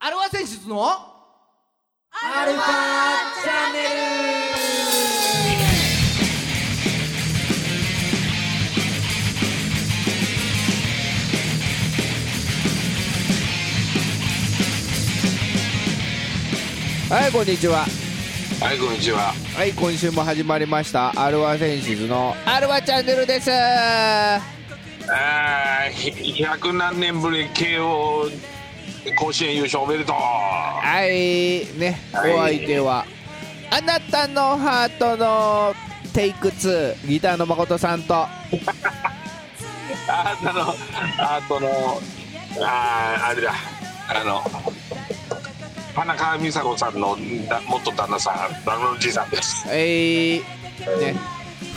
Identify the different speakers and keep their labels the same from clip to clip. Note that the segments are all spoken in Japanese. Speaker 1: アルファ選出のアルファチャンネルはいこんにちは
Speaker 2: はい、こんにちは。
Speaker 1: はい今週も始まりましたアルファ選出のアルファチャンネルです
Speaker 2: あーひ100何年ぶり慶応甲子園優勝おめでとう。
Speaker 1: はいね、
Speaker 2: はい
Speaker 1: お相手はあなたのハートのテイク2ギターの誠さんと
Speaker 2: あーあの、あとの、あーあれだ、あの、田中美佐子さんのだ元旦那さん、旦那のじいさんです。
Speaker 1: えー、ね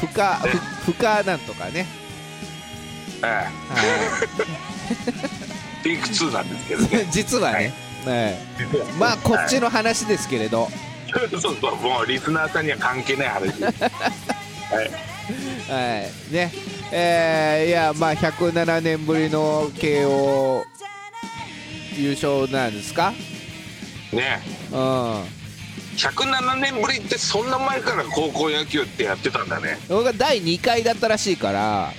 Speaker 1: ふか
Speaker 2: ね
Speaker 1: ふふかなんとかね
Speaker 2: え
Speaker 1: は
Speaker 2: え、テイク2なんですけどね
Speaker 1: い。実はね、ね まあこっちの話ですけれど、
Speaker 2: はい。そうそう、もうリスナーさんには関係ない話 です。はい。
Speaker 1: はいねえーいやまあ107年ぶりの慶応優勝なんですか
Speaker 2: ね
Speaker 1: うん
Speaker 2: 107年ぶりってそんな前から高校野球ってやってたんだね
Speaker 1: 僕が第2回だったらしいから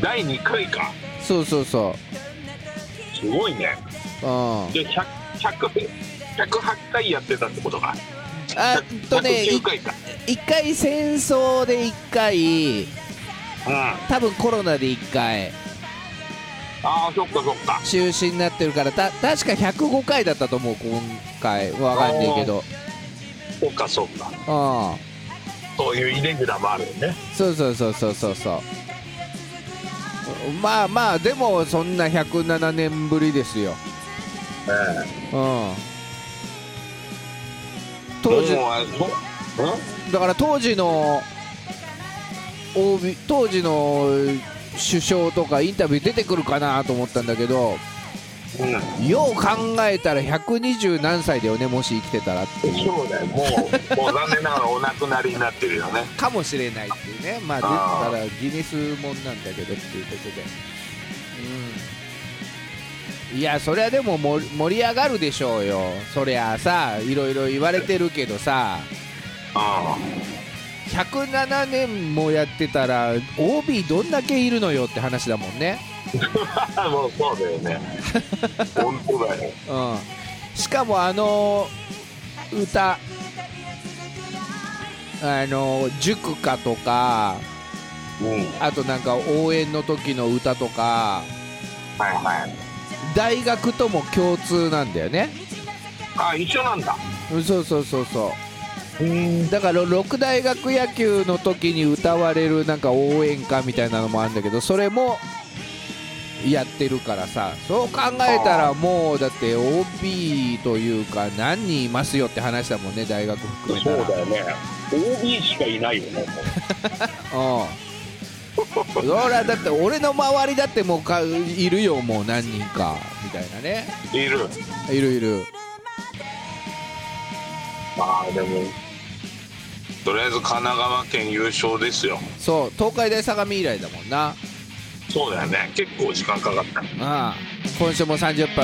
Speaker 2: 第2回か
Speaker 1: そうそうそ
Speaker 2: すごいね
Speaker 1: ううん
Speaker 2: で100 100 108回やってたってことか
Speaker 1: あえっとね
Speaker 2: 109回か
Speaker 1: 一回戦争で一回
Speaker 2: うんあ
Speaker 1: 多分コロナで一回
Speaker 2: あそっかそっか
Speaker 1: 中止になってるからた確か105回だったと思う今回わかんないけど
Speaker 2: そっかそっか
Speaker 1: うん
Speaker 2: そういうイレギュラーもあるよね
Speaker 1: そうそうそうそうそうそうまあまあでもそんな107年ぶりですよ
Speaker 2: うん
Speaker 1: うん当時
Speaker 2: もうあそうん
Speaker 1: だから当時の OB 当時の首相とかインタビュー出てくるかなと思ったんだけど
Speaker 2: うん、
Speaker 1: よう考えたら120何歳だよねもし生きてたらっていう
Speaker 2: そうだよもうもう残念ながらお亡くなりになってるよね
Speaker 1: かもしれないっていうねまあ
Speaker 2: あー
Speaker 1: だからギネスもんなんだけどっていうことでうんいやそりゃでも盛り盛り上がるでしょうよそりゃあさいろいろ言われてるけどさ
Speaker 2: う
Speaker 1: 107年もやってたら OB どんだけいるのよって話だもんね
Speaker 2: ん もうそうだよ ね本当だよ
Speaker 1: うんしかもあの歌あの塾歌とか
Speaker 2: うん
Speaker 1: あとなんか応援の時の歌とか
Speaker 2: はいはい
Speaker 1: 大学とも共通なんだよね
Speaker 2: あ一緒なんだ
Speaker 1: うんそうそうそうそ
Speaker 2: うん
Speaker 1: うだから六大学野球の時に歌われるなんか応援歌みたいなのもあるんだけどそれもやってるからさそう考えたらもうだって OB というか何人いますよって話だもんね大学含めた
Speaker 2: そ
Speaker 1: ら
Speaker 2: うだよね OB しかいないよねもう
Speaker 1: うんそりゃだって俺の周りだってもうかいるよもう何人かみたいなね
Speaker 2: いる
Speaker 1: いるいる
Speaker 2: まあでもとりあえず神奈川県優勝ですよ
Speaker 1: そう東海大相模以来だもんな
Speaker 2: そうだよね結構時間かかった
Speaker 1: ああ今週も30分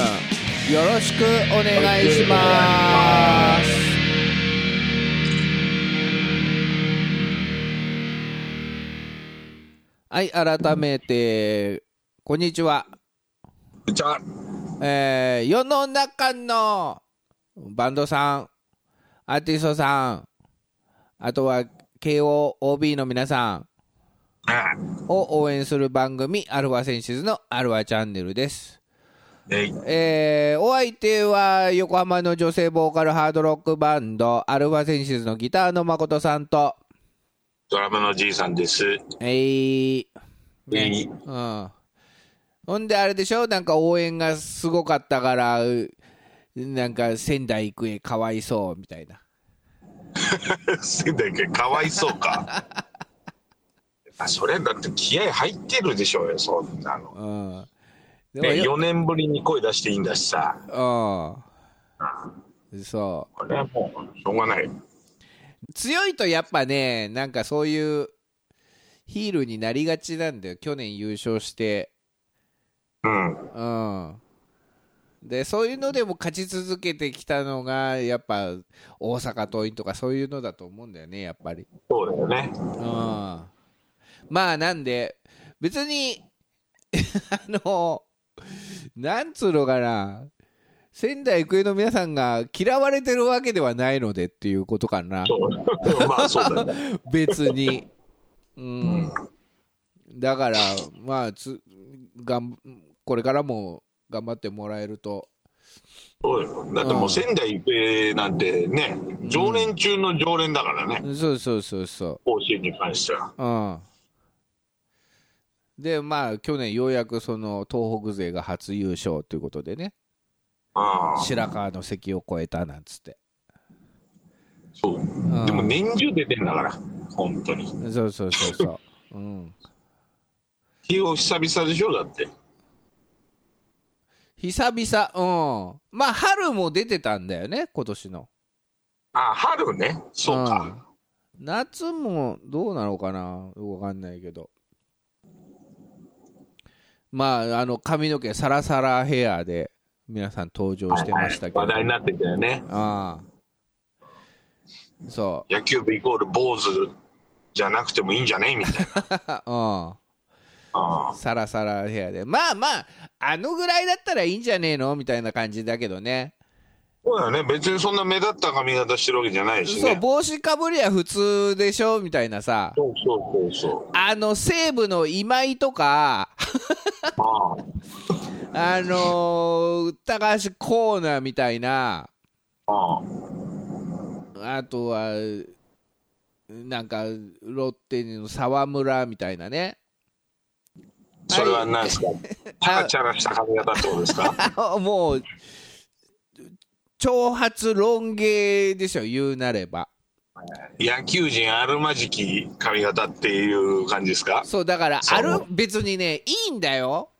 Speaker 1: よろしくお願いしますはい改めてこんにちは
Speaker 2: じゃあ
Speaker 1: えー世の中のバンドさん、アーティストさん、あとは KOOB の皆さ
Speaker 2: あ
Speaker 1: んを応援する番組、アルファセンシズのアルファチャンネルです。
Speaker 2: えい
Speaker 1: えーお相手は横浜の女性ボーカルハードロックバンド、アルファセンシズのギターの誠さんと、
Speaker 2: ドラムのじいさんです
Speaker 1: えーね
Speaker 2: えい
Speaker 1: うん。ほんであれでしょなんか応援がすごかったから、うなんか仙台育英かわいそうみたいな。
Speaker 2: 仙台県かわいそうか あそれだって気合入ってるでしょうよそんなの、
Speaker 1: うん。でも
Speaker 2: ね、
Speaker 1: よ、
Speaker 2: 4年ぶりに声出していいんだしさ
Speaker 1: うん。そ。
Speaker 2: これはもうしょうがないう
Speaker 1: 強いとやっぱね、なんかそういうヒールになりがちなんだよ。去年優勝して。
Speaker 2: うん
Speaker 1: うん。でそういうのでも勝ち続けてきたのがやっぱ大阪桐蔭とかそういうのだと思うんだよねやっぱり。
Speaker 2: そうだよね。
Speaker 1: うん、まあなんで別に あのなんつうのかな仙台育英の皆さんが嫌われてるわけではないのでっていうことかな
Speaker 2: そう まあそうだよね。
Speaker 1: 別に。うん、だからまあつがんこれからも頑張ってもらえると
Speaker 2: そうよだってもう仙台育英なんてね、常連中の常連だからね、
Speaker 1: そうそうそうそ
Speaker 2: 甲子園に関しては。
Speaker 1: ううんでまあ去年ようやくその東北勢が初優勝ということでね
Speaker 2: ああ
Speaker 1: 白河の関を越えたなんつって
Speaker 2: そうでも年中出てんだから、本当に。
Speaker 1: そうそうそうそう、うん、
Speaker 2: 日を久々でしょ、だって。
Speaker 1: 久々うんまあ春も出てたんだよね今年の
Speaker 2: ああ、春ね、そうか。
Speaker 1: うん夏もどうなのかなよくわかんないけどまああの髪の毛サラサラヘアで皆さん登場してましたけど、
Speaker 2: 話題になってたよね。
Speaker 1: ああそ
Speaker 2: 野球部イコール坊主じゃなくてもいいんじゃねみたいな。
Speaker 1: う、 うん、
Speaker 2: ああ
Speaker 1: サラサラヘアでまあまああのぐらいだったらいいんじゃねえのみたいな感じだけどね
Speaker 2: そうだよね、別にそんな目立った髪型してるわけじゃないし
Speaker 1: そう
Speaker 2: ね。
Speaker 1: 帽子かぶりは普通でしょみたいなさ
Speaker 2: そうそうそうそう。
Speaker 1: あの西武の今井とか
Speaker 2: あ
Speaker 1: あのー高橋コーナーみたいな
Speaker 2: あああ
Speaker 1: あとはなんかロッテの沢村みたいなね
Speaker 2: それは何ですかチャラチャラした髪型ってことで すか
Speaker 1: あもう長髪ロン毛でしょ言うなれば
Speaker 2: 野球人あるまじき髪型っていう感じですか
Speaker 1: そうだから
Speaker 2: そ
Speaker 1: あ
Speaker 2: う
Speaker 1: る別にねいいんだよ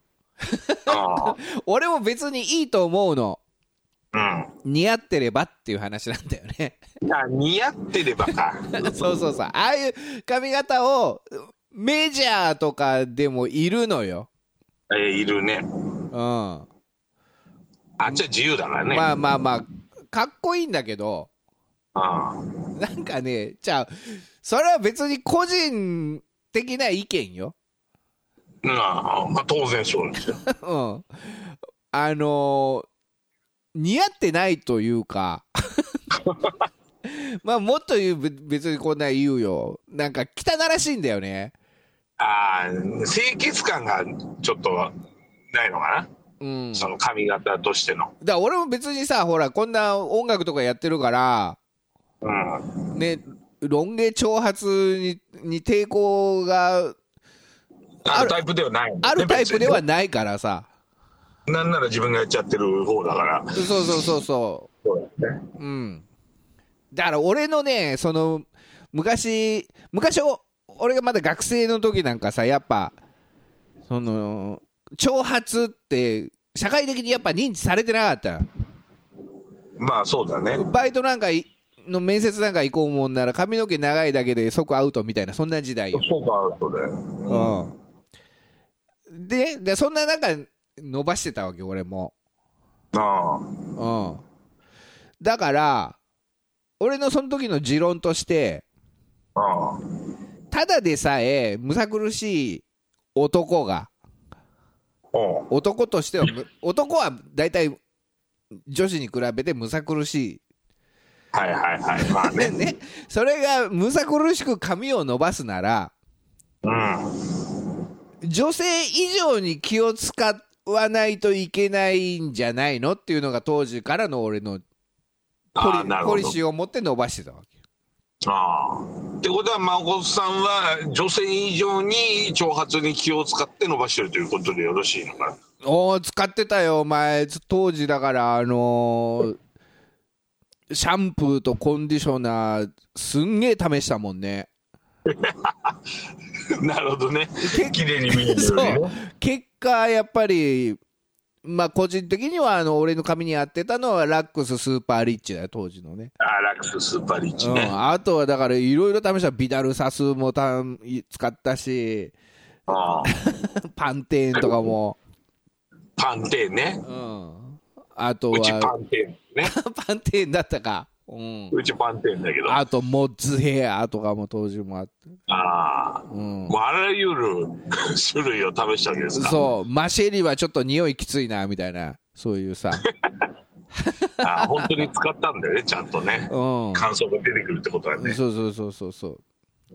Speaker 2: あ
Speaker 1: 俺も別にいいと思うの
Speaker 2: あ
Speaker 1: 似合ってればっていう話なんだよね
Speaker 2: うん。あ似合ってればか。
Speaker 1: そうそうそうああいう髪型をメジャーとかでもいるのよ
Speaker 2: えいるね。
Speaker 1: うんま
Speaker 2: あっちは自由だからね。
Speaker 1: あまあまあかっこいいんだけど
Speaker 2: あ
Speaker 1: なんかねじゃあそれは別に個人的な意見よ
Speaker 2: あああまあ当然そうですよ。
Speaker 1: うん、あのー似合ってないというか まあもっと言うべ別にこんなん言うよなんか汚らしいんだよね
Speaker 2: ああ清潔感がちょっとないのか
Speaker 1: うん
Speaker 2: な、
Speaker 1: だ
Speaker 2: そ
Speaker 1: か
Speaker 2: の髪型としての。
Speaker 1: ら俺も別にさほらこんな音楽とかやってるから
Speaker 2: うん、
Speaker 1: ねロン毛長髪にに抵抗が
Speaker 2: あるタイプではない、
Speaker 1: あるタイプでは
Speaker 2: 別
Speaker 1: ないからさ
Speaker 2: になんなら自分がやっちゃってる方だから。
Speaker 1: そうそうそうそう
Speaker 2: そうだよね
Speaker 1: うん、だから俺のねその昔昔お俺がまだ学生の時なんかさやっぱその長髪って社会的にやっぱ認知されてなかった
Speaker 2: まあそうだね。
Speaker 1: のバイトなんかいの面接なんか行こうもんなら髪の毛長いだけで即アウトみたいなそんな時代よ、
Speaker 2: そうか、そうだよ。
Speaker 1: うん、ででそんな中伸ばしてたわけ俺も
Speaker 2: あ
Speaker 1: うん、だから俺のその時の持論として
Speaker 2: あ、ああ、
Speaker 1: ただでさえむさ苦しい男が
Speaker 2: おう
Speaker 1: 男としてはむ男は大体女子に比べてむさ苦し
Speaker 2: はいはいはい。まあ
Speaker 1: い、ね
Speaker 2: ね。
Speaker 1: ね、それがむさ苦しく髪を伸ばすなら
Speaker 2: うん。
Speaker 1: 女性以上に気を使わないといけないんじゃないのっていうのが当時からの俺のポ
Speaker 2: ああ、
Speaker 1: リ
Speaker 2: なる
Speaker 1: ポ
Speaker 2: ほ
Speaker 1: リ
Speaker 2: ど。
Speaker 1: シーを持って伸ばしてたわけ
Speaker 2: ああ。ってことは、孫さんは女性以上に長髪に気を使って伸ばしてるということでよろしいのかな。
Speaker 1: おお使ってたよお前つ当時だからあのーシャンプーとコンディショナーすんげえ試したもんね
Speaker 2: なるほどね。綺麗に見える
Speaker 1: そ
Speaker 2: よね
Speaker 1: う。結果やっぱりまあ個人的にはあの俺の髪に合ってたのはラックススーパーリッチだよ当時のね、
Speaker 2: ああ、ラックススーパーリッ
Speaker 1: う
Speaker 2: チ
Speaker 1: ん、
Speaker 2: ね。
Speaker 1: あとはだからいろいろ試したビダルサスもたん使ったし
Speaker 2: ああ。
Speaker 1: パンテーンとかも、
Speaker 2: パンテーンね。
Speaker 1: うん、あと
Speaker 2: うちパ
Speaker 1: は
Speaker 2: ンテーンね
Speaker 1: パンテーンだったか、うん、
Speaker 2: うちパンテーンだけどあ
Speaker 1: あとモッズヘアとかも当時もあって、
Speaker 2: あー
Speaker 1: うん、
Speaker 2: もうあらゆる 種類を試したわけですか
Speaker 1: そうマシェリはちょっと匂いきついなみたいなそういうさ、
Speaker 2: あー本当に使ったんだよねちゃんとね
Speaker 1: うん、
Speaker 2: 感想が出てくるってことはね
Speaker 1: そうそうそうそうそう、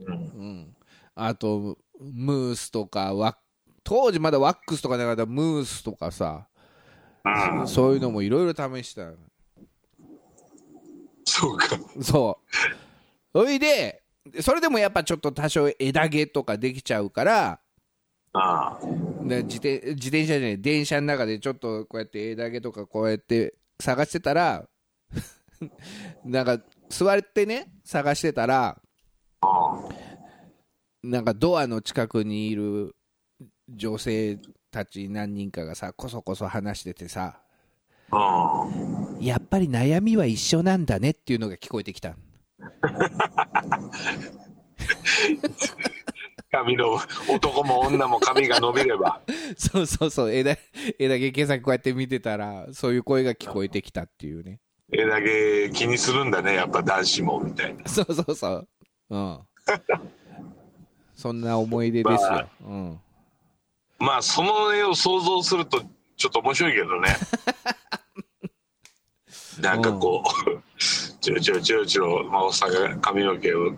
Speaker 2: う
Speaker 1: う
Speaker 2: ん
Speaker 1: ん、あとムースとかワッ当時まだワックスとかなかったムースとかさ
Speaker 2: うん
Speaker 1: そういうのもいろいろ試したの
Speaker 2: そうか
Speaker 1: そうそいでそれでもやっぱちょっと多少枝毛とかできちゃうから
Speaker 2: ああ
Speaker 1: で自転自転車じゃない電車の中でちょっとこうやって枝毛とかこうやって探してたら なんか座ってね探してたらなんかドアの近くにいる女性たち何人かがさこそこそ話しててさ
Speaker 2: うん
Speaker 1: やっぱり悩みは一緒なんだねっていうのが聞こえてきた
Speaker 2: 髪の男も女も髪が伸びれば
Speaker 1: そうそうそう枝枝毛検索こうやって見てたらそういう声が聞こえてきたっていうね
Speaker 2: 枝毛気にするんだねやっぱ男子もみたい な
Speaker 1: そうそうそううんそんな思い出ですよ、
Speaker 2: ま
Speaker 1: うん
Speaker 2: まあその絵を想像するとちょっと面白いけどねなんかこう、ちょろちょろちょろちょろ、まあ、おっさんが髪の毛をこ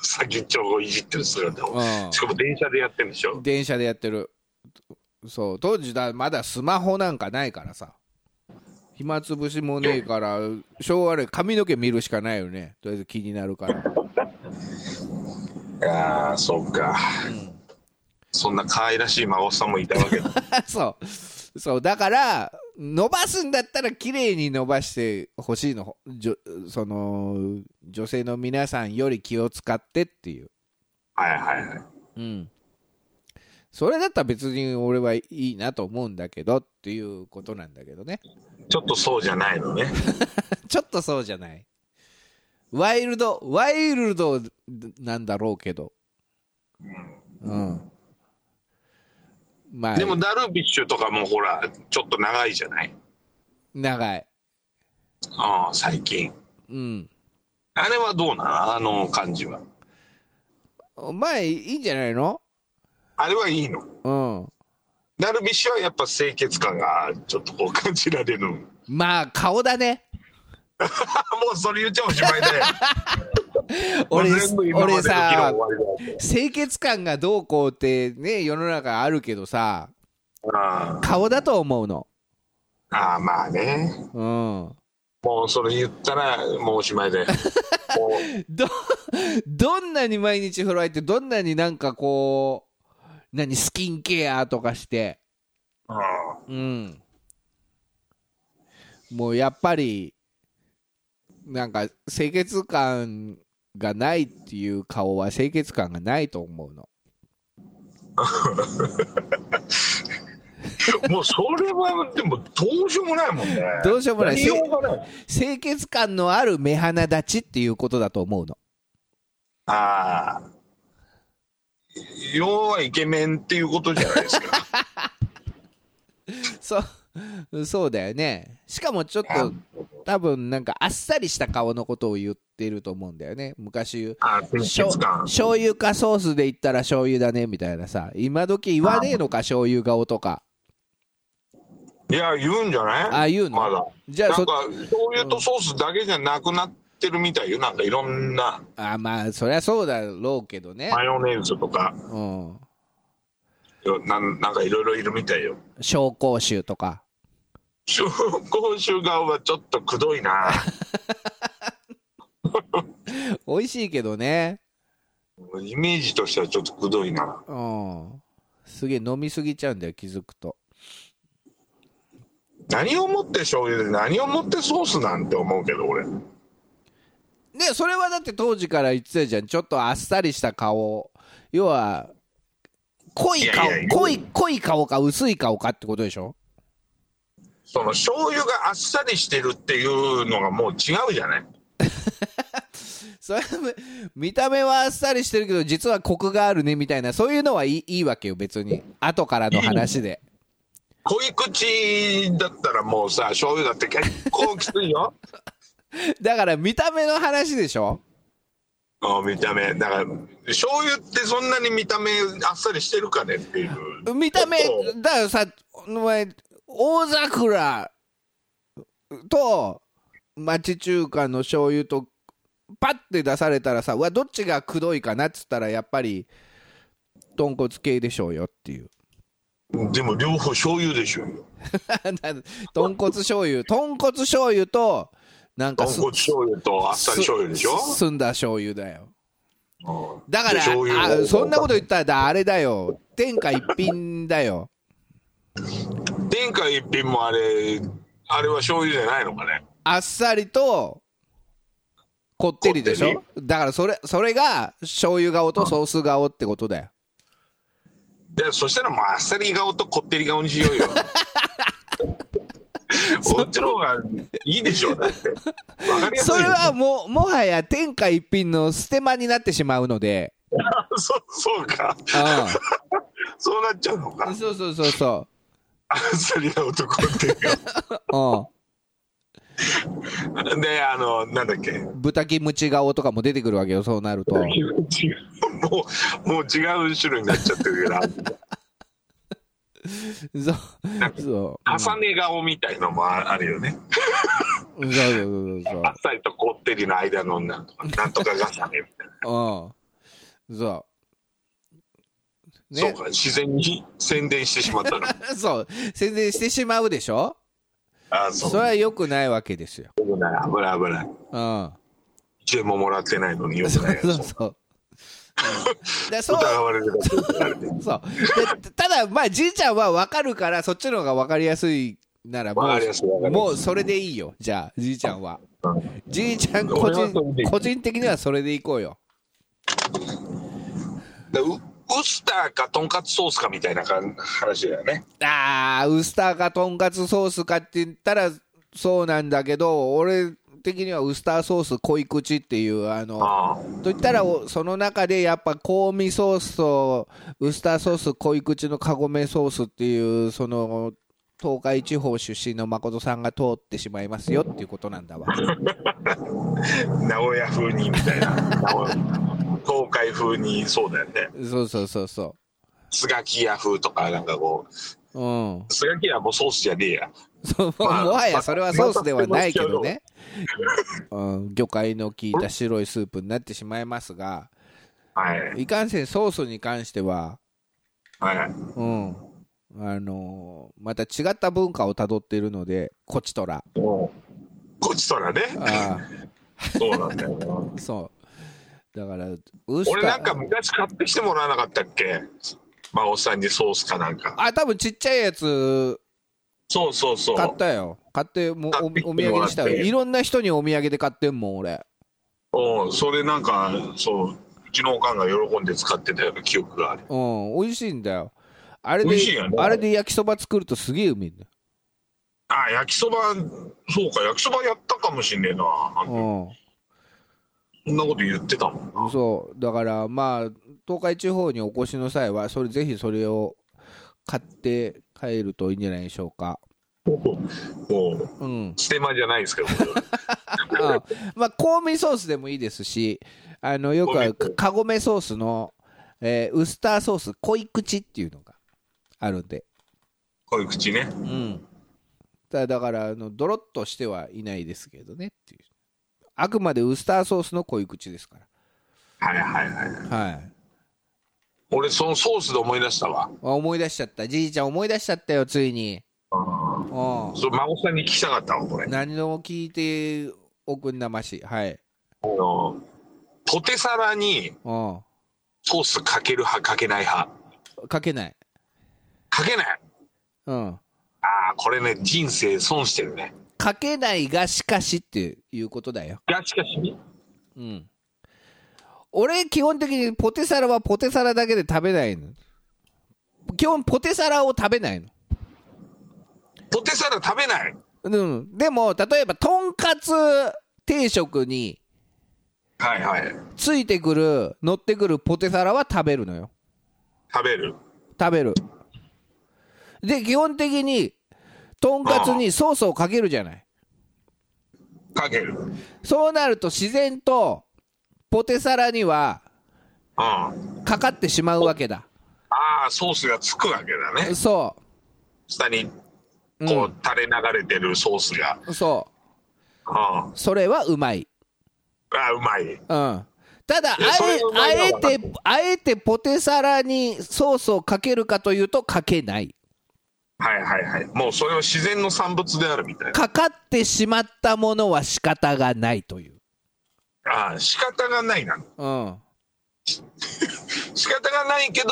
Speaker 2: う先っちょをいじってる姿をしかも電車でやってるんでし
Speaker 1: うん
Speaker 2: ょ
Speaker 1: 電車でやってるそう当時だまだスマホなんかないからさ暇つぶしもねえから昭和で髪の毛見るしかないよねとりあえず気になるから、
Speaker 2: ああそうか
Speaker 1: うん
Speaker 2: そんな可愛らしい孫さんもいたわけだ
Speaker 1: そう。そう。だから、伸ばすんだったら綺麗に伸ばしてほしいの。じょその、女性の皆さんより気を使ってっていう。
Speaker 2: はいはいはい
Speaker 1: うん。それだったら別に俺はいいなと思うんだけどっていうことなんだけどね。
Speaker 2: ちょっとそうじゃないのね
Speaker 1: ちょっとそうじゃない。ワイルド、ワイルドなんだろうけど。うん。まあ、
Speaker 2: でもダルビッシュとかもほらちょっと長いじゃない
Speaker 1: 長い。
Speaker 2: ああ最近
Speaker 1: うん。
Speaker 2: あれはどうなのあの感じは
Speaker 1: まあ、いいんじゃないの
Speaker 2: あれはいいの
Speaker 1: うん。
Speaker 2: ダルビッシュはやっぱ清潔感がちょっとこう感じられる も
Speaker 1: まあ顔だね
Speaker 2: うそれ言っちゃおしま いで
Speaker 1: 俺
Speaker 2: もう全部今までの
Speaker 1: 俺
Speaker 2: 議論
Speaker 1: さ
Speaker 2: 終わりだ
Speaker 1: 清潔感がどうこうってね世の中あるけどさ
Speaker 2: あ
Speaker 1: 顔だと思うの
Speaker 2: あああまあね
Speaker 1: うん
Speaker 2: もうそれ言ったらもうおしまい でもう
Speaker 1: どどんなに毎日風呂入ってどんなになんかこう何スキンケアとかして
Speaker 2: うん
Speaker 1: うんもうやっぱりなんか清潔感がないっていう顔は清潔感がないと思うの
Speaker 2: もうそれはでもどうしようもないもんね
Speaker 1: どうしようもない
Speaker 2: やりようがない
Speaker 1: 清潔感のある目鼻立ちっていうことだと思うの
Speaker 2: ああ要はイケメンっていうことじゃないです か
Speaker 1: そう そうだよねしかもちょっと多分なんかあっさりした顔のことを言ってると思うんだよね昔
Speaker 2: あ
Speaker 1: しょ
Speaker 2: 清潔感
Speaker 1: 醤油かソースで言ったら醤油だねみたいなさ今時言わねえのか醤油顔とか
Speaker 2: いや言うんじゃない
Speaker 1: ああいうの
Speaker 2: まだ
Speaker 1: じゃあ
Speaker 2: な
Speaker 1: そ
Speaker 2: んか醤油とソースだけじゃなくなってるみたいよなんかいろんな
Speaker 1: あまあそりゃそうだろうけどね
Speaker 2: マヨネーズとか
Speaker 1: うん
Speaker 2: なんなんかいろいろいるみたいよ
Speaker 1: 紹興酒とか
Speaker 2: 紹興酒顔はちょっとくどいな
Speaker 1: 美味しいけどね
Speaker 2: イメージとしてはちょっとくどいな
Speaker 1: うんすげえ飲みすぎちゃうんだよ気づくと
Speaker 2: 何をもって醤油で何をもってソースなんて思うけど俺
Speaker 1: ねそれはだって当時から言ってたじゃんちょっとあっさりした顔要は濃い顔
Speaker 2: いやいや
Speaker 1: 濃い濃い顔か薄い顔かってことでしょ
Speaker 2: その醤油があっさりしてるっていうのがもう違うじゃない
Speaker 1: それは見た目はあっさりしてるけど実はコクがあるねみたいなそういうのはいいいいわけよ別に後からの話で
Speaker 2: 濃い口だったらもうさ醤油だって結構きついよ
Speaker 1: だから見た目の話でしょ
Speaker 2: うん見た目だから醤油ってそんなに見た目あっさりしてるかねっていう
Speaker 1: 見た目
Speaker 2: そう
Speaker 1: だからさお前大桜と町中華の醤油とパッて出されたらさうわどっちがくどいかなっつったらやっぱり豚骨系でしょうよっていう
Speaker 2: でも両方醤油でしょ
Speaker 1: 豚骨醤油豚骨醤油となんか
Speaker 2: 豚
Speaker 1: す
Speaker 2: 骨醤油とあっ
Speaker 1: す
Speaker 2: さり醤油でしょ
Speaker 1: 澄んだ醤油だよ
Speaker 2: うん
Speaker 1: だから
Speaker 2: で醤油
Speaker 1: あそんなこと言ったらだあれだよ天下一品だよ
Speaker 2: 天下一品もあれあれは醤油じゃないのかね
Speaker 1: あっさりとこってりでし
Speaker 2: こ
Speaker 1: ょだからそれそれが醤油顔とソース顔ってことだよ
Speaker 2: でそしたらもうあっさり顔とこってり顔にしよ うよこっちの方がいいでしょだってわかりやすい
Speaker 1: そ
Speaker 2: よ
Speaker 1: れはもうもはや天下一品のステマになってしまうので、
Speaker 2: そそうか
Speaker 1: う
Speaker 2: そうなっちゃうのか
Speaker 1: ん、そうそうそうそ
Speaker 2: あっさり顔とこってり
Speaker 1: う、
Speaker 2: 顔であのなんだっけ
Speaker 1: うん、豚キムチ顔とかも出てくるわけよそうなると
Speaker 2: 違うもうもう違う種類になっちゃってるから
Speaker 1: そうそう
Speaker 2: 重ね顔みたいのもあるよね
Speaker 1: うんそうそうそう
Speaker 2: あっさりとこってりの間のなんとかなんとか重ねみたいな
Speaker 1: そううんそう
Speaker 2: そ
Speaker 1: ね
Speaker 2: うか自然に宣伝してしまったの
Speaker 1: そう宣伝してしまうでしょ
Speaker 2: ああそう
Speaker 1: それは良くないわけですよ
Speaker 2: 危ない危ない危ない
Speaker 1: うん
Speaker 2: 注文もらってないのによくないやつ
Speaker 1: そうそう。でそう
Speaker 2: 疑われるだけ疑われて
Speaker 1: そうでただまあじいちゃんは分かるからそっちの方が分かりやすいならも
Speaker 2: わかりやすいわかりや
Speaker 1: うも
Speaker 2: すい
Speaker 1: うそれでいいよじゃあじいちゃんは
Speaker 2: うん
Speaker 1: じいちゃん個
Speaker 2: 俺はそれでい
Speaker 1: 人
Speaker 2: い
Speaker 1: 個人的にはそれでいこうよ
Speaker 2: でウウスターかとんかつソースかみたいな感話だよね
Speaker 1: あーウスターかとんかつソースかって言ったらそうなんだけど俺的にはウスターソース濃い口っていうあの
Speaker 2: あ
Speaker 1: といったらおその中でやっぱ香味ソースとウスターソース濃い口のカゴメソースっていうその東海地方出身の誠さんが通ってしまいますよっていうことなんだわ
Speaker 2: あ名古屋風にみたいな名古屋東海風にそうだよね
Speaker 1: そうそうそうそ
Speaker 2: スガキ屋風とかなんかこう
Speaker 1: ううん
Speaker 2: スガキ屋もソースじゃねえや
Speaker 1: そうも
Speaker 2: まあ
Speaker 1: はやそれはソースではないけどね、うん、魚介の効いた白いスープになってしまいますが
Speaker 2: はい
Speaker 1: いかんせんソースに関しては
Speaker 2: はい
Speaker 1: うんあのーまた違った文化をたどっているのでこちとら
Speaker 2: こっちとらね
Speaker 1: ああ
Speaker 2: そうなんだよな
Speaker 1: そう。だから、ウス
Speaker 2: 俺
Speaker 1: タ
Speaker 2: なんか
Speaker 1: ー。
Speaker 2: 昔買ってきてもらわなかったっけ孫さんにソースかなんか
Speaker 1: あ、多分ちっちゃいやつ
Speaker 2: そうそうそう
Speaker 1: 買ったよ。買ってもうお、お
Speaker 2: 買って
Speaker 1: 土産にしたよ。
Speaker 2: もらって
Speaker 1: いろんな人にお土産で買ってんもん、俺。
Speaker 2: うんそれなんかそううちのおかんが喜んで使ってたような記憶がある
Speaker 1: うん、美味しいんだよ。あれで、
Speaker 2: 美味しいよね
Speaker 1: あれで焼きそば作るとすげえうめえんだよ。
Speaker 2: あ焼きそばそうか焼きそばやったかもしんねえな
Speaker 1: う
Speaker 2: そんなこと 言ってたもん
Speaker 1: ん。そう。だから、まあ、東海地方にお越しの際は、それ、ぜひそれを買って帰るといいんじゃないでしょうか。
Speaker 2: もう
Speaker 1: うん。
Speaker 2: ステマじゃないですけど
Speaker 1: うんまあ、香味ソースでもいいですし、あのよくある
Speaker 2: 香味
Speaker 1: カゴメソースの、えーウスターソース濃い口っていうのがあるんで、
Speaker 2: こういう口ね
Speaker 1: うん、だだからあのドロッとしてはいないですけどねっていうあくまでウスターソースの濃い口ですか
Speaker 2: はいはいはい
Speaker 1: ら、はい、
Speaker 2: 俺そのソースで思い出したわ
Speaker 1: あ思い出しちゃったじいちゃん思い出しちゃったよついに
Speaker 2: うん
Speaker 1: うん
Speaker 2: そう孫さんに聞きたかったわこれ
Speaker 1: 何のも聞いておくんなましはい
Speaker 2: あのポテサラに
Speaker 1: うん
Speaker 2: ソースかける派かけない派
Speaker 1: かけない
Speaker 2: かけない
Speaker 1: うん
Speaker 2: ああこれね人生損してるね
Speaker 1: かけないがしかしっていうことだよ
Speaker 2: ガチかしに
Speaker 1: うん、俺基本的にポテサラはポテサラだけで食べないの基本ポテサラを食べないの、
Speaker 2: ポテサラ食べない
Speaker 1: うん、でも例えばとんかつ定食に
Speaker 2: はいはい
Speaker 1: ついてくる乗ってくるポテサラは食べるのよ
Speaker 2: 食べる
Speaker 1: 食べるで基本的にとんかつにソースをかけるじゃない
Speaker 2: かける。うん。
Speaker 1: そうなると自然とポテサラには
Speaker 2: あ
Speaker 1: かかってしまうわけだ
Speaker 2: あ、ソースがつくわけだね。
Speaker 1: そ
Speaker 2: 下に、
Speaker 1: う、
Speaker 2: こ
Speaker 1: う
Speaker 2: う、垂れ流れてるソースが。
Speaker 1: ん、そ
Speaker 2: うん。あ
Speaker 1: うそれはうまい、
Speaker 2: あ、うまい。
Speaker 1: うん、ただあ
Speaker 2: いやそれうまい
Speaker 1: え
Speaker 2: のは
Speaker 1: あえてあえてポテサラにソースをかけるかというとかけない
Speaker 2: はいはいはい。もうそれは自然の産物であるみたいな。
Speaker 1: かかってしまったものは仕方がないという、
Speaker 2: ああ、仕方がないな。
Speaker 1: うん、
Speaker 2: 仕方がないけど、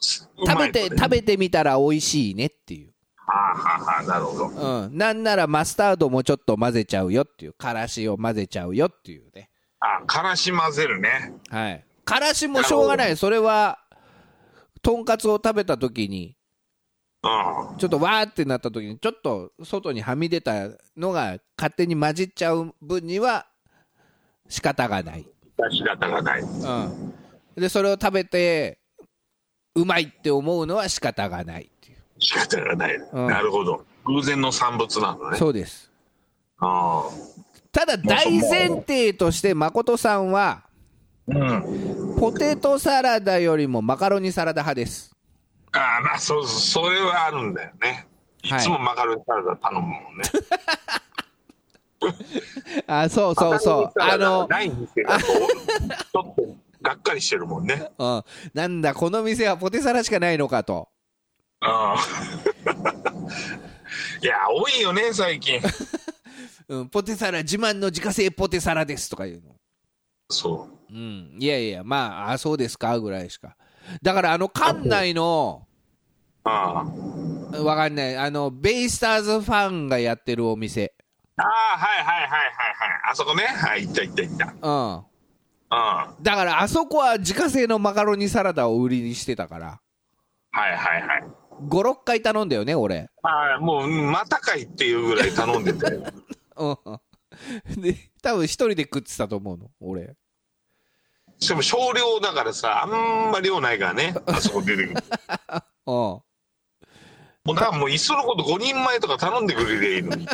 Speaker 2: す
Speaker 1: 食
Speaker 2: う
Speaker 1: べ
Speaker 2: まいことね
Speaker 1: て食べてみたら美味しいねっていう、
Speaker 2: ああ、はあ、なるほど。
Speaker 1: うん、なんならマスタードもちょっと混ぜちゃうよっていうからしを混ぜちゃうよっていうね
Speaker 2: ああ、からし混ぜるね。
Speaker 1: はいからしもしょうがないそれはとんかつを食べた時に
Speaker 2: うん。
Speaker 1: ちょっとわーってなった時にちょっと外にはみ出たのが勝手に混じっちゃう分には仕方がない、
Speaker 2: 仕方がない。
Speaker 1: うん、でそれを食べてうまいって思うのは仕方がないっていう
Speaker 2: 仕方がない。
Speaker 1: ん
Speaker 2: なるほど。偶然の産物なのね。
Speaker 1: そうです
Speaker 2: ああ。
Speaker 1: ただ大前提として誠さんは
Speaker 2: うん。
Speaker 1: ポテトサラダよりもマカロニサラダ派です
Speaker 2: ああ、まあ、そう、それはあるんだよね。い
Speaker 1: はい
Speaker 2: つもマカロニサラダ頼むもん ね。
Speaker 1: あそうそうそう
Speaker 2: マカ
Speaker 1: あ
Speaker 2: ロニサラダ
Speaker 1: の、
Speaker 2: ないんですけど、こうちょっとがっかりしてるもんね。
Speaker 1: うん、なんだこの店はポテサラしかないのかと
Speaker 2: ああ。いや、多いよね、最近。
Speaker 1: うん、ポテサラ自慢の自家製ポテサラですとか言うの、
Speaker 2: そ
Speaker 1: うん、いやいやまああそうですかぐらいしかだからあの館内の
Speaker 2: う。あ
Speaker 1: わかんないあのベイスターズファンがやってるお店
Speaker 2: あ。ああ、はいはいはいはいはい。あそこね。はい、行った行った行った。う
Speaker 1: う
Speaker 2: ん。
Speaker 1: ん
Speaker 2: は
Speaker 1: だからあそこは自家製のマカロニサラダを売りにしてたから
Speaker 2: いはいはい。
Speaker 1: 56回頼んだよね俺
Speaker 2: ああ、もう、うんまたかいっていうぐらい頼んでて。
Speaker 1: うん。で、多分一人で食ってたと思うの、俺。
Speaker 2: しかも少量だからさ、あんま量ないからね。あそこ出 てくる。
Speaker 1: う
Speaker 2: もうだからもういっそのこと5人前とか頼んでくれりゃいいのに。
Speaker 1: ん。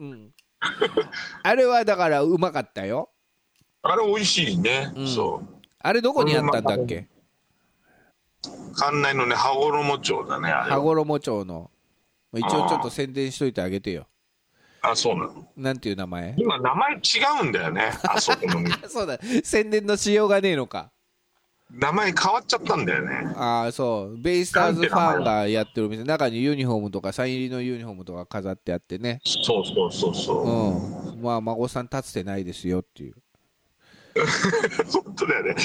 Speaker 1: うん、あれはだからうまかったよ。
Speaker 2: あれ美味しいね。
Speaker 1: うん
Speaker 2: そう。
Speaker 1: あれどこにあったんだっけ
Speaker 2: 館内のね、羽衣町だね、あれ
Speaker 1: 羽
Speaker 2: は。
Speaker 1: 衣町の。一応ちょっと宣伝しといてあげてよ。
Speaker 2: あ、そうなの。
Speaker 1: なんていう名前
Speaker 2: 今名前違うんだよね。あそこの店。
Speaker 1: そうだ、宣伝のしようがねえのか。
Speaker 2: 名前変わっちゃったんだよね。
Speaker 1: ああ、そう。ベイスターズファンがやってるお店、中にユニフォームとか、サイン入りのユニフォームとか飾ってあってね。
Speaker 2: そうそうそうそうう。
Speaker 1: ん。まあ、孫さん立つてないですよっていう。
Speaker 2: 本当だよね。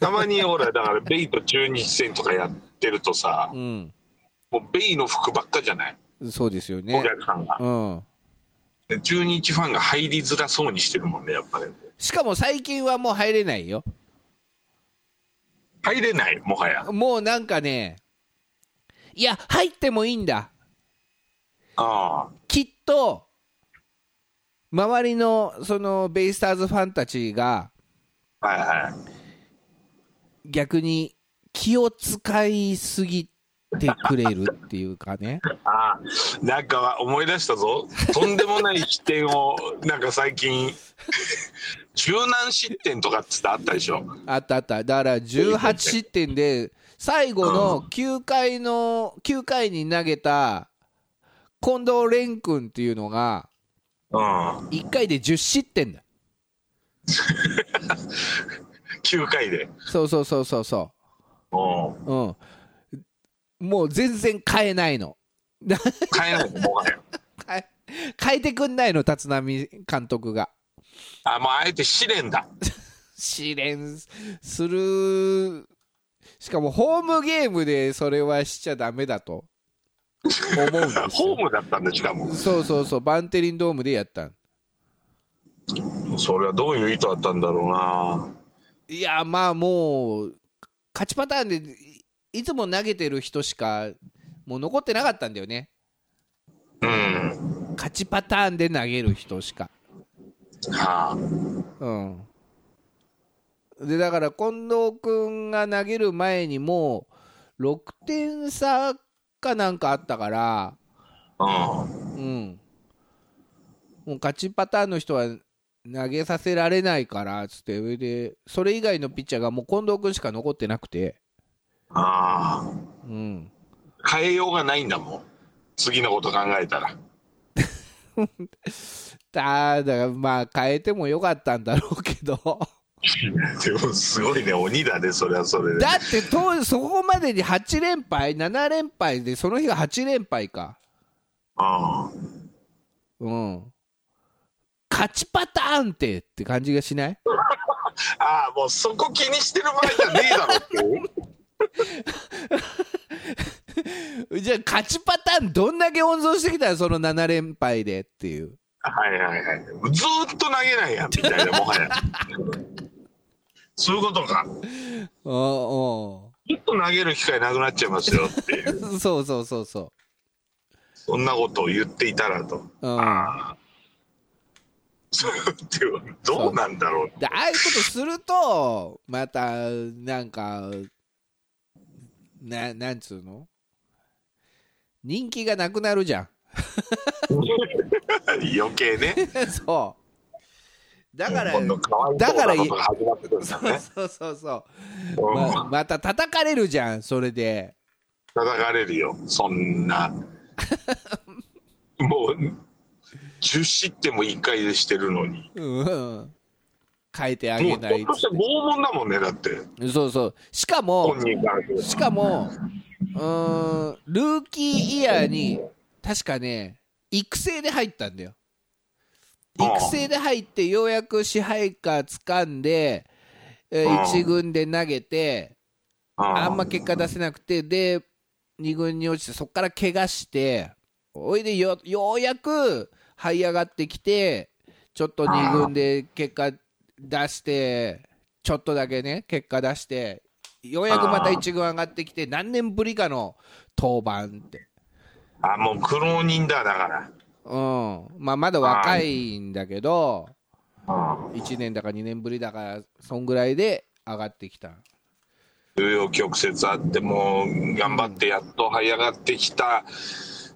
Speaker 2: たまにほら、だからベイと中日戦とかやってるとさ
Speaker 1: う、ん。
Speaker 2: もうベイの服ばっかじゃない。
Speaker 1: そうですよ
Speaker 2: お
Speaker 1: ね。
Speaker 2: 客さんが。
Speaker 1: うん。
Speaker 2: で中日ファンが入りづらそうにしてるもんね、やっぱね。
Speaker 1: しかも最近はもう入れないよ。
Speaker 2: 入れない、もはや。
Speaker 1: もうなんかね、いや、入ってもいいんだ。
Speaker 2: あ
Speaker 1: きっと、周りの、その、ベイスターズファンたちが、
Speaker 2: あ。はいはい。
Speaker 1: 逆に気を使いすぎてくれるっていうかね。
Speaker 2: ああ、なんか思い出したぞ。とんでもない失点を、 なんか最近、 柔軟失点とかっつってあったでしょ。
Speaker 1: あったあった。だから、18失点で、最後の9回の、9回に投げた、近藤蓮君っていうのが、
Speaker 2: うん。
Speaker 1: 1回で10失点だ。
Speaker 2: 9回で。
Speaker 1: そうそうそうそうそう。
Speaker 2: うん。
Speaker 1: うん、もう全然変えないの。
Speaker 2: 変えないの、もはや。
Speaker 1: 変え変えてくんないの、立浪監督が。
Speaker 2: あ、もうあえて試練だ。
Speaker 1: 試練する、しかもホームゲームでそれはしちゃだめだと思うんですよ
Speaker 2: ホームだったんだ、しかも。
Speaker 1: そうそうそう、バンテリンドームでやった。
Speaker 2: それはどういう意図だったんだろうない
Speaker 1: や、まあもう、勝ちパターンでいいつも投げてる人しか、もう残ってなかったんだよね。。
Speaker 2: うん。
Speaker 1: 勝ちパターンで投げる人しか。
Speaker 2: はあ。
Speaker 1: うん、でだから近藤君が投げる前にもう6点差かなんかあったから、
Speaker 2: うん
Speaker 1: うん、もう勝ちパターンの人は投げさせられないからつって、それでそれ以外のピッチャーがもう近藤君しか残ってなくて、
Speaker 2: あ
Speaker 1: うん、
Speaker 2: あ変えようがないんだもん次のこと考えたら
Speaker 1: ただ、まあ、変えてもよかったんだろうけど、
Speaker 2: でもすごいね鬼だねそれはそれで
Speaker 1: だって当時、そこまでに8連敗、7連敗で、その日が8連敗か。
Speaker 2: あ
Speaker 1: うん勝ちパターンってって感じがしない
Speaker 2: あもうそこ気にしてる場合じゃねえだろって
Speaker 1: じゃあ勝ちパターンどんだけ温存してきたのその7連敗でっていう
Speaker 2: はいはいはいずーっと投げないやんみたいなもはやそういうことか
Speaker 1: お
Speaker 2: ちょっと投げる機会なくなっちゃいますよっていう
Speaker 1: うんそうそうそうそ
Speaker 2: そんなことを言っていたらと。
Speaker 1: う、うん、だ
Speaker 2: ああ。そうっていうどうなんだろう。
Speaker 1: ああいうことするとまたなんかななんつうの人気がなくなるじゃん
Speaker 2: 余計ね。
Speaker 1: そうだから
Speaker 2: 今度可愛い
Speaker 1: だから
Speaker 2: ことが始まってくるんだね。
Speaker 1: そうそうそう
Speaker 2: う
Speaker 1: ま
Speaker 2: ん
Speaker 1: また叩かれるじゃんそれで
Speaker 2: 叩かれるよ。そ んな。もう10失点も1回でしてるのに。
Speaker 1: うん変えてあ
Speaker 2: も
Speaker 1: げ
Speaker 2: う
Speaker 1: な
Speaker 2: ちょ
Speaker 1: い
Speaker 2: っとした拷問だもんねだって
Speaker 1: そうそうしかも
Speaker 2: 本人からすれば
Speaker 1: しかもうーんルーキーイヤーに確かね育成で入ったんだよ
Speaker 2: うん
Speaker 1: 育成で入ってようやく支配下掴んで、え
Speaker 2: うん
Speaker 1: ー、1軍で投げてあんま
Speaker 2: う
Speaker 1: 結果出せなくてで2軍に落ちてそこから怪我しておいでよようやく這い上がってきてちょっと2軍で結果出してちょっとだけね結果出してようやくまた1軍上がってきて何年ぶりかの登板って、
Speaker 2: あもう苦労人だだか
Speaker 1: うんまあ、まだ若いんだけど
Speaker 2: ら、うん、
Speaker 1: 1年だか2年ぶりだからそんぐらいで上がってきた
Speaker 2: 紆余曲折あってもう頑張ってやっと這い上がってきた、
Speaker 1: うん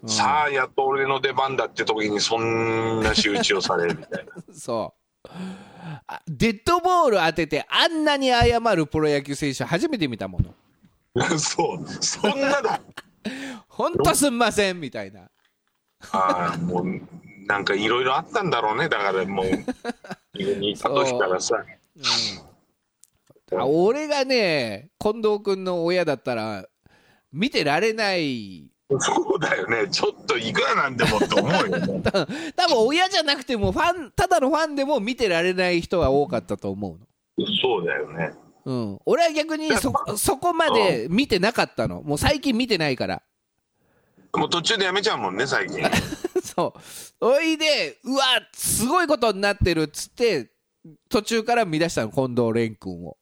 Speaker 2: さあやっと俺の出番だって時にそんな仕打ちをされるみたいな
Speaker 1: そうあデッドボール当ててあんなに謝るプロ野球選手初めて見たもの
Speaker 2: そうそんなだ
Speaker 1: ほんとすんませんみたいな
Speaker 2: ああもうなんかいろいろあったんだろうねだからもう家に行った時からさ
Speaker 1: あ俺がね近藤君の親だったら見てられない
Speaker 2: そうだよねちょっといくらなんでもって思うよ ね
Speaker 1: 多分親じゃなくてもファンただのファンでも見てられない人は多かったと思う
Speaker 2: そうだよね
Speaker 1: の、うん、俺は逆にそそこまで見てなかったのもう最近見てないから
Speaker 2: もう途中でやめちゃうもんね最近
Speaker 1: そうおいでうわすごいことになってるっつって途中から見出したの近藤蓮君を、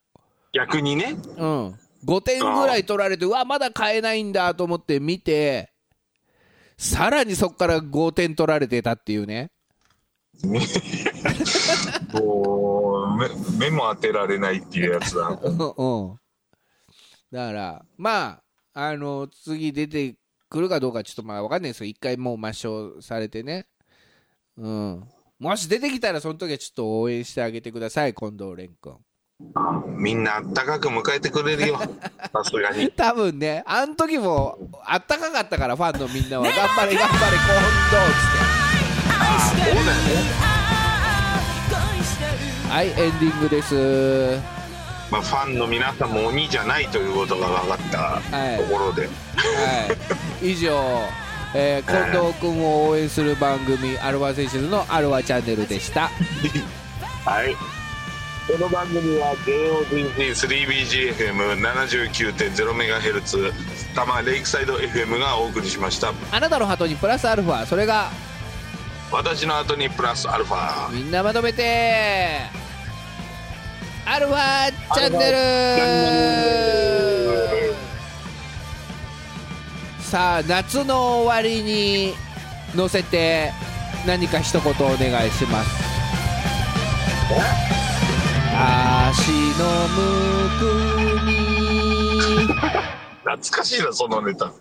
Speaker 2: 逆にね
Speaker 1: うん、5点ぐらい取られてうわまだ買えないんだと思って見てさらにそこから5点取られてたっていうね
Speaker 2: もう目目も当てられないっていうやつだ
Speaker 1: うんうんだからまああの次出てくるかどうかちょっとまあ分かんないですけど一回もう抹消されてねうんもし出てきたらその時はちょっと応援してあげてください近藤蓮君
Speaker 2: みんなあったかく迎えてくれるよ、さすがに。
Speaker 1: 多分ねあの時もあったかかったからファンのみんなは頑張れ頑張れ近
Speaker 2: あそうだよね。
Speaker 1: 藤っつってはいエンディングです
Speaker 2: まあ、ファンの皆さんも鬼じゃないということが分かったところで、
Speaker 1: はい、以上、えー近藤君を応援する番組「アルファ選手のアルファチャンネル」でした
Speaker 2: はい。この番組は JOBG3BGFM79.0MHz 多摩レイクサイド FM がお送りしました
Speaker 1: あなたのハートにプラスアルファそれが
Speaker 2: 私の後にプラスアルファ
Speaker 1: みんなまとめてアルファチャンネルさあ夏の終わりに乗せて何か一言お願いします足のむくみ
Speaker 2: 懐かしいなそのネタ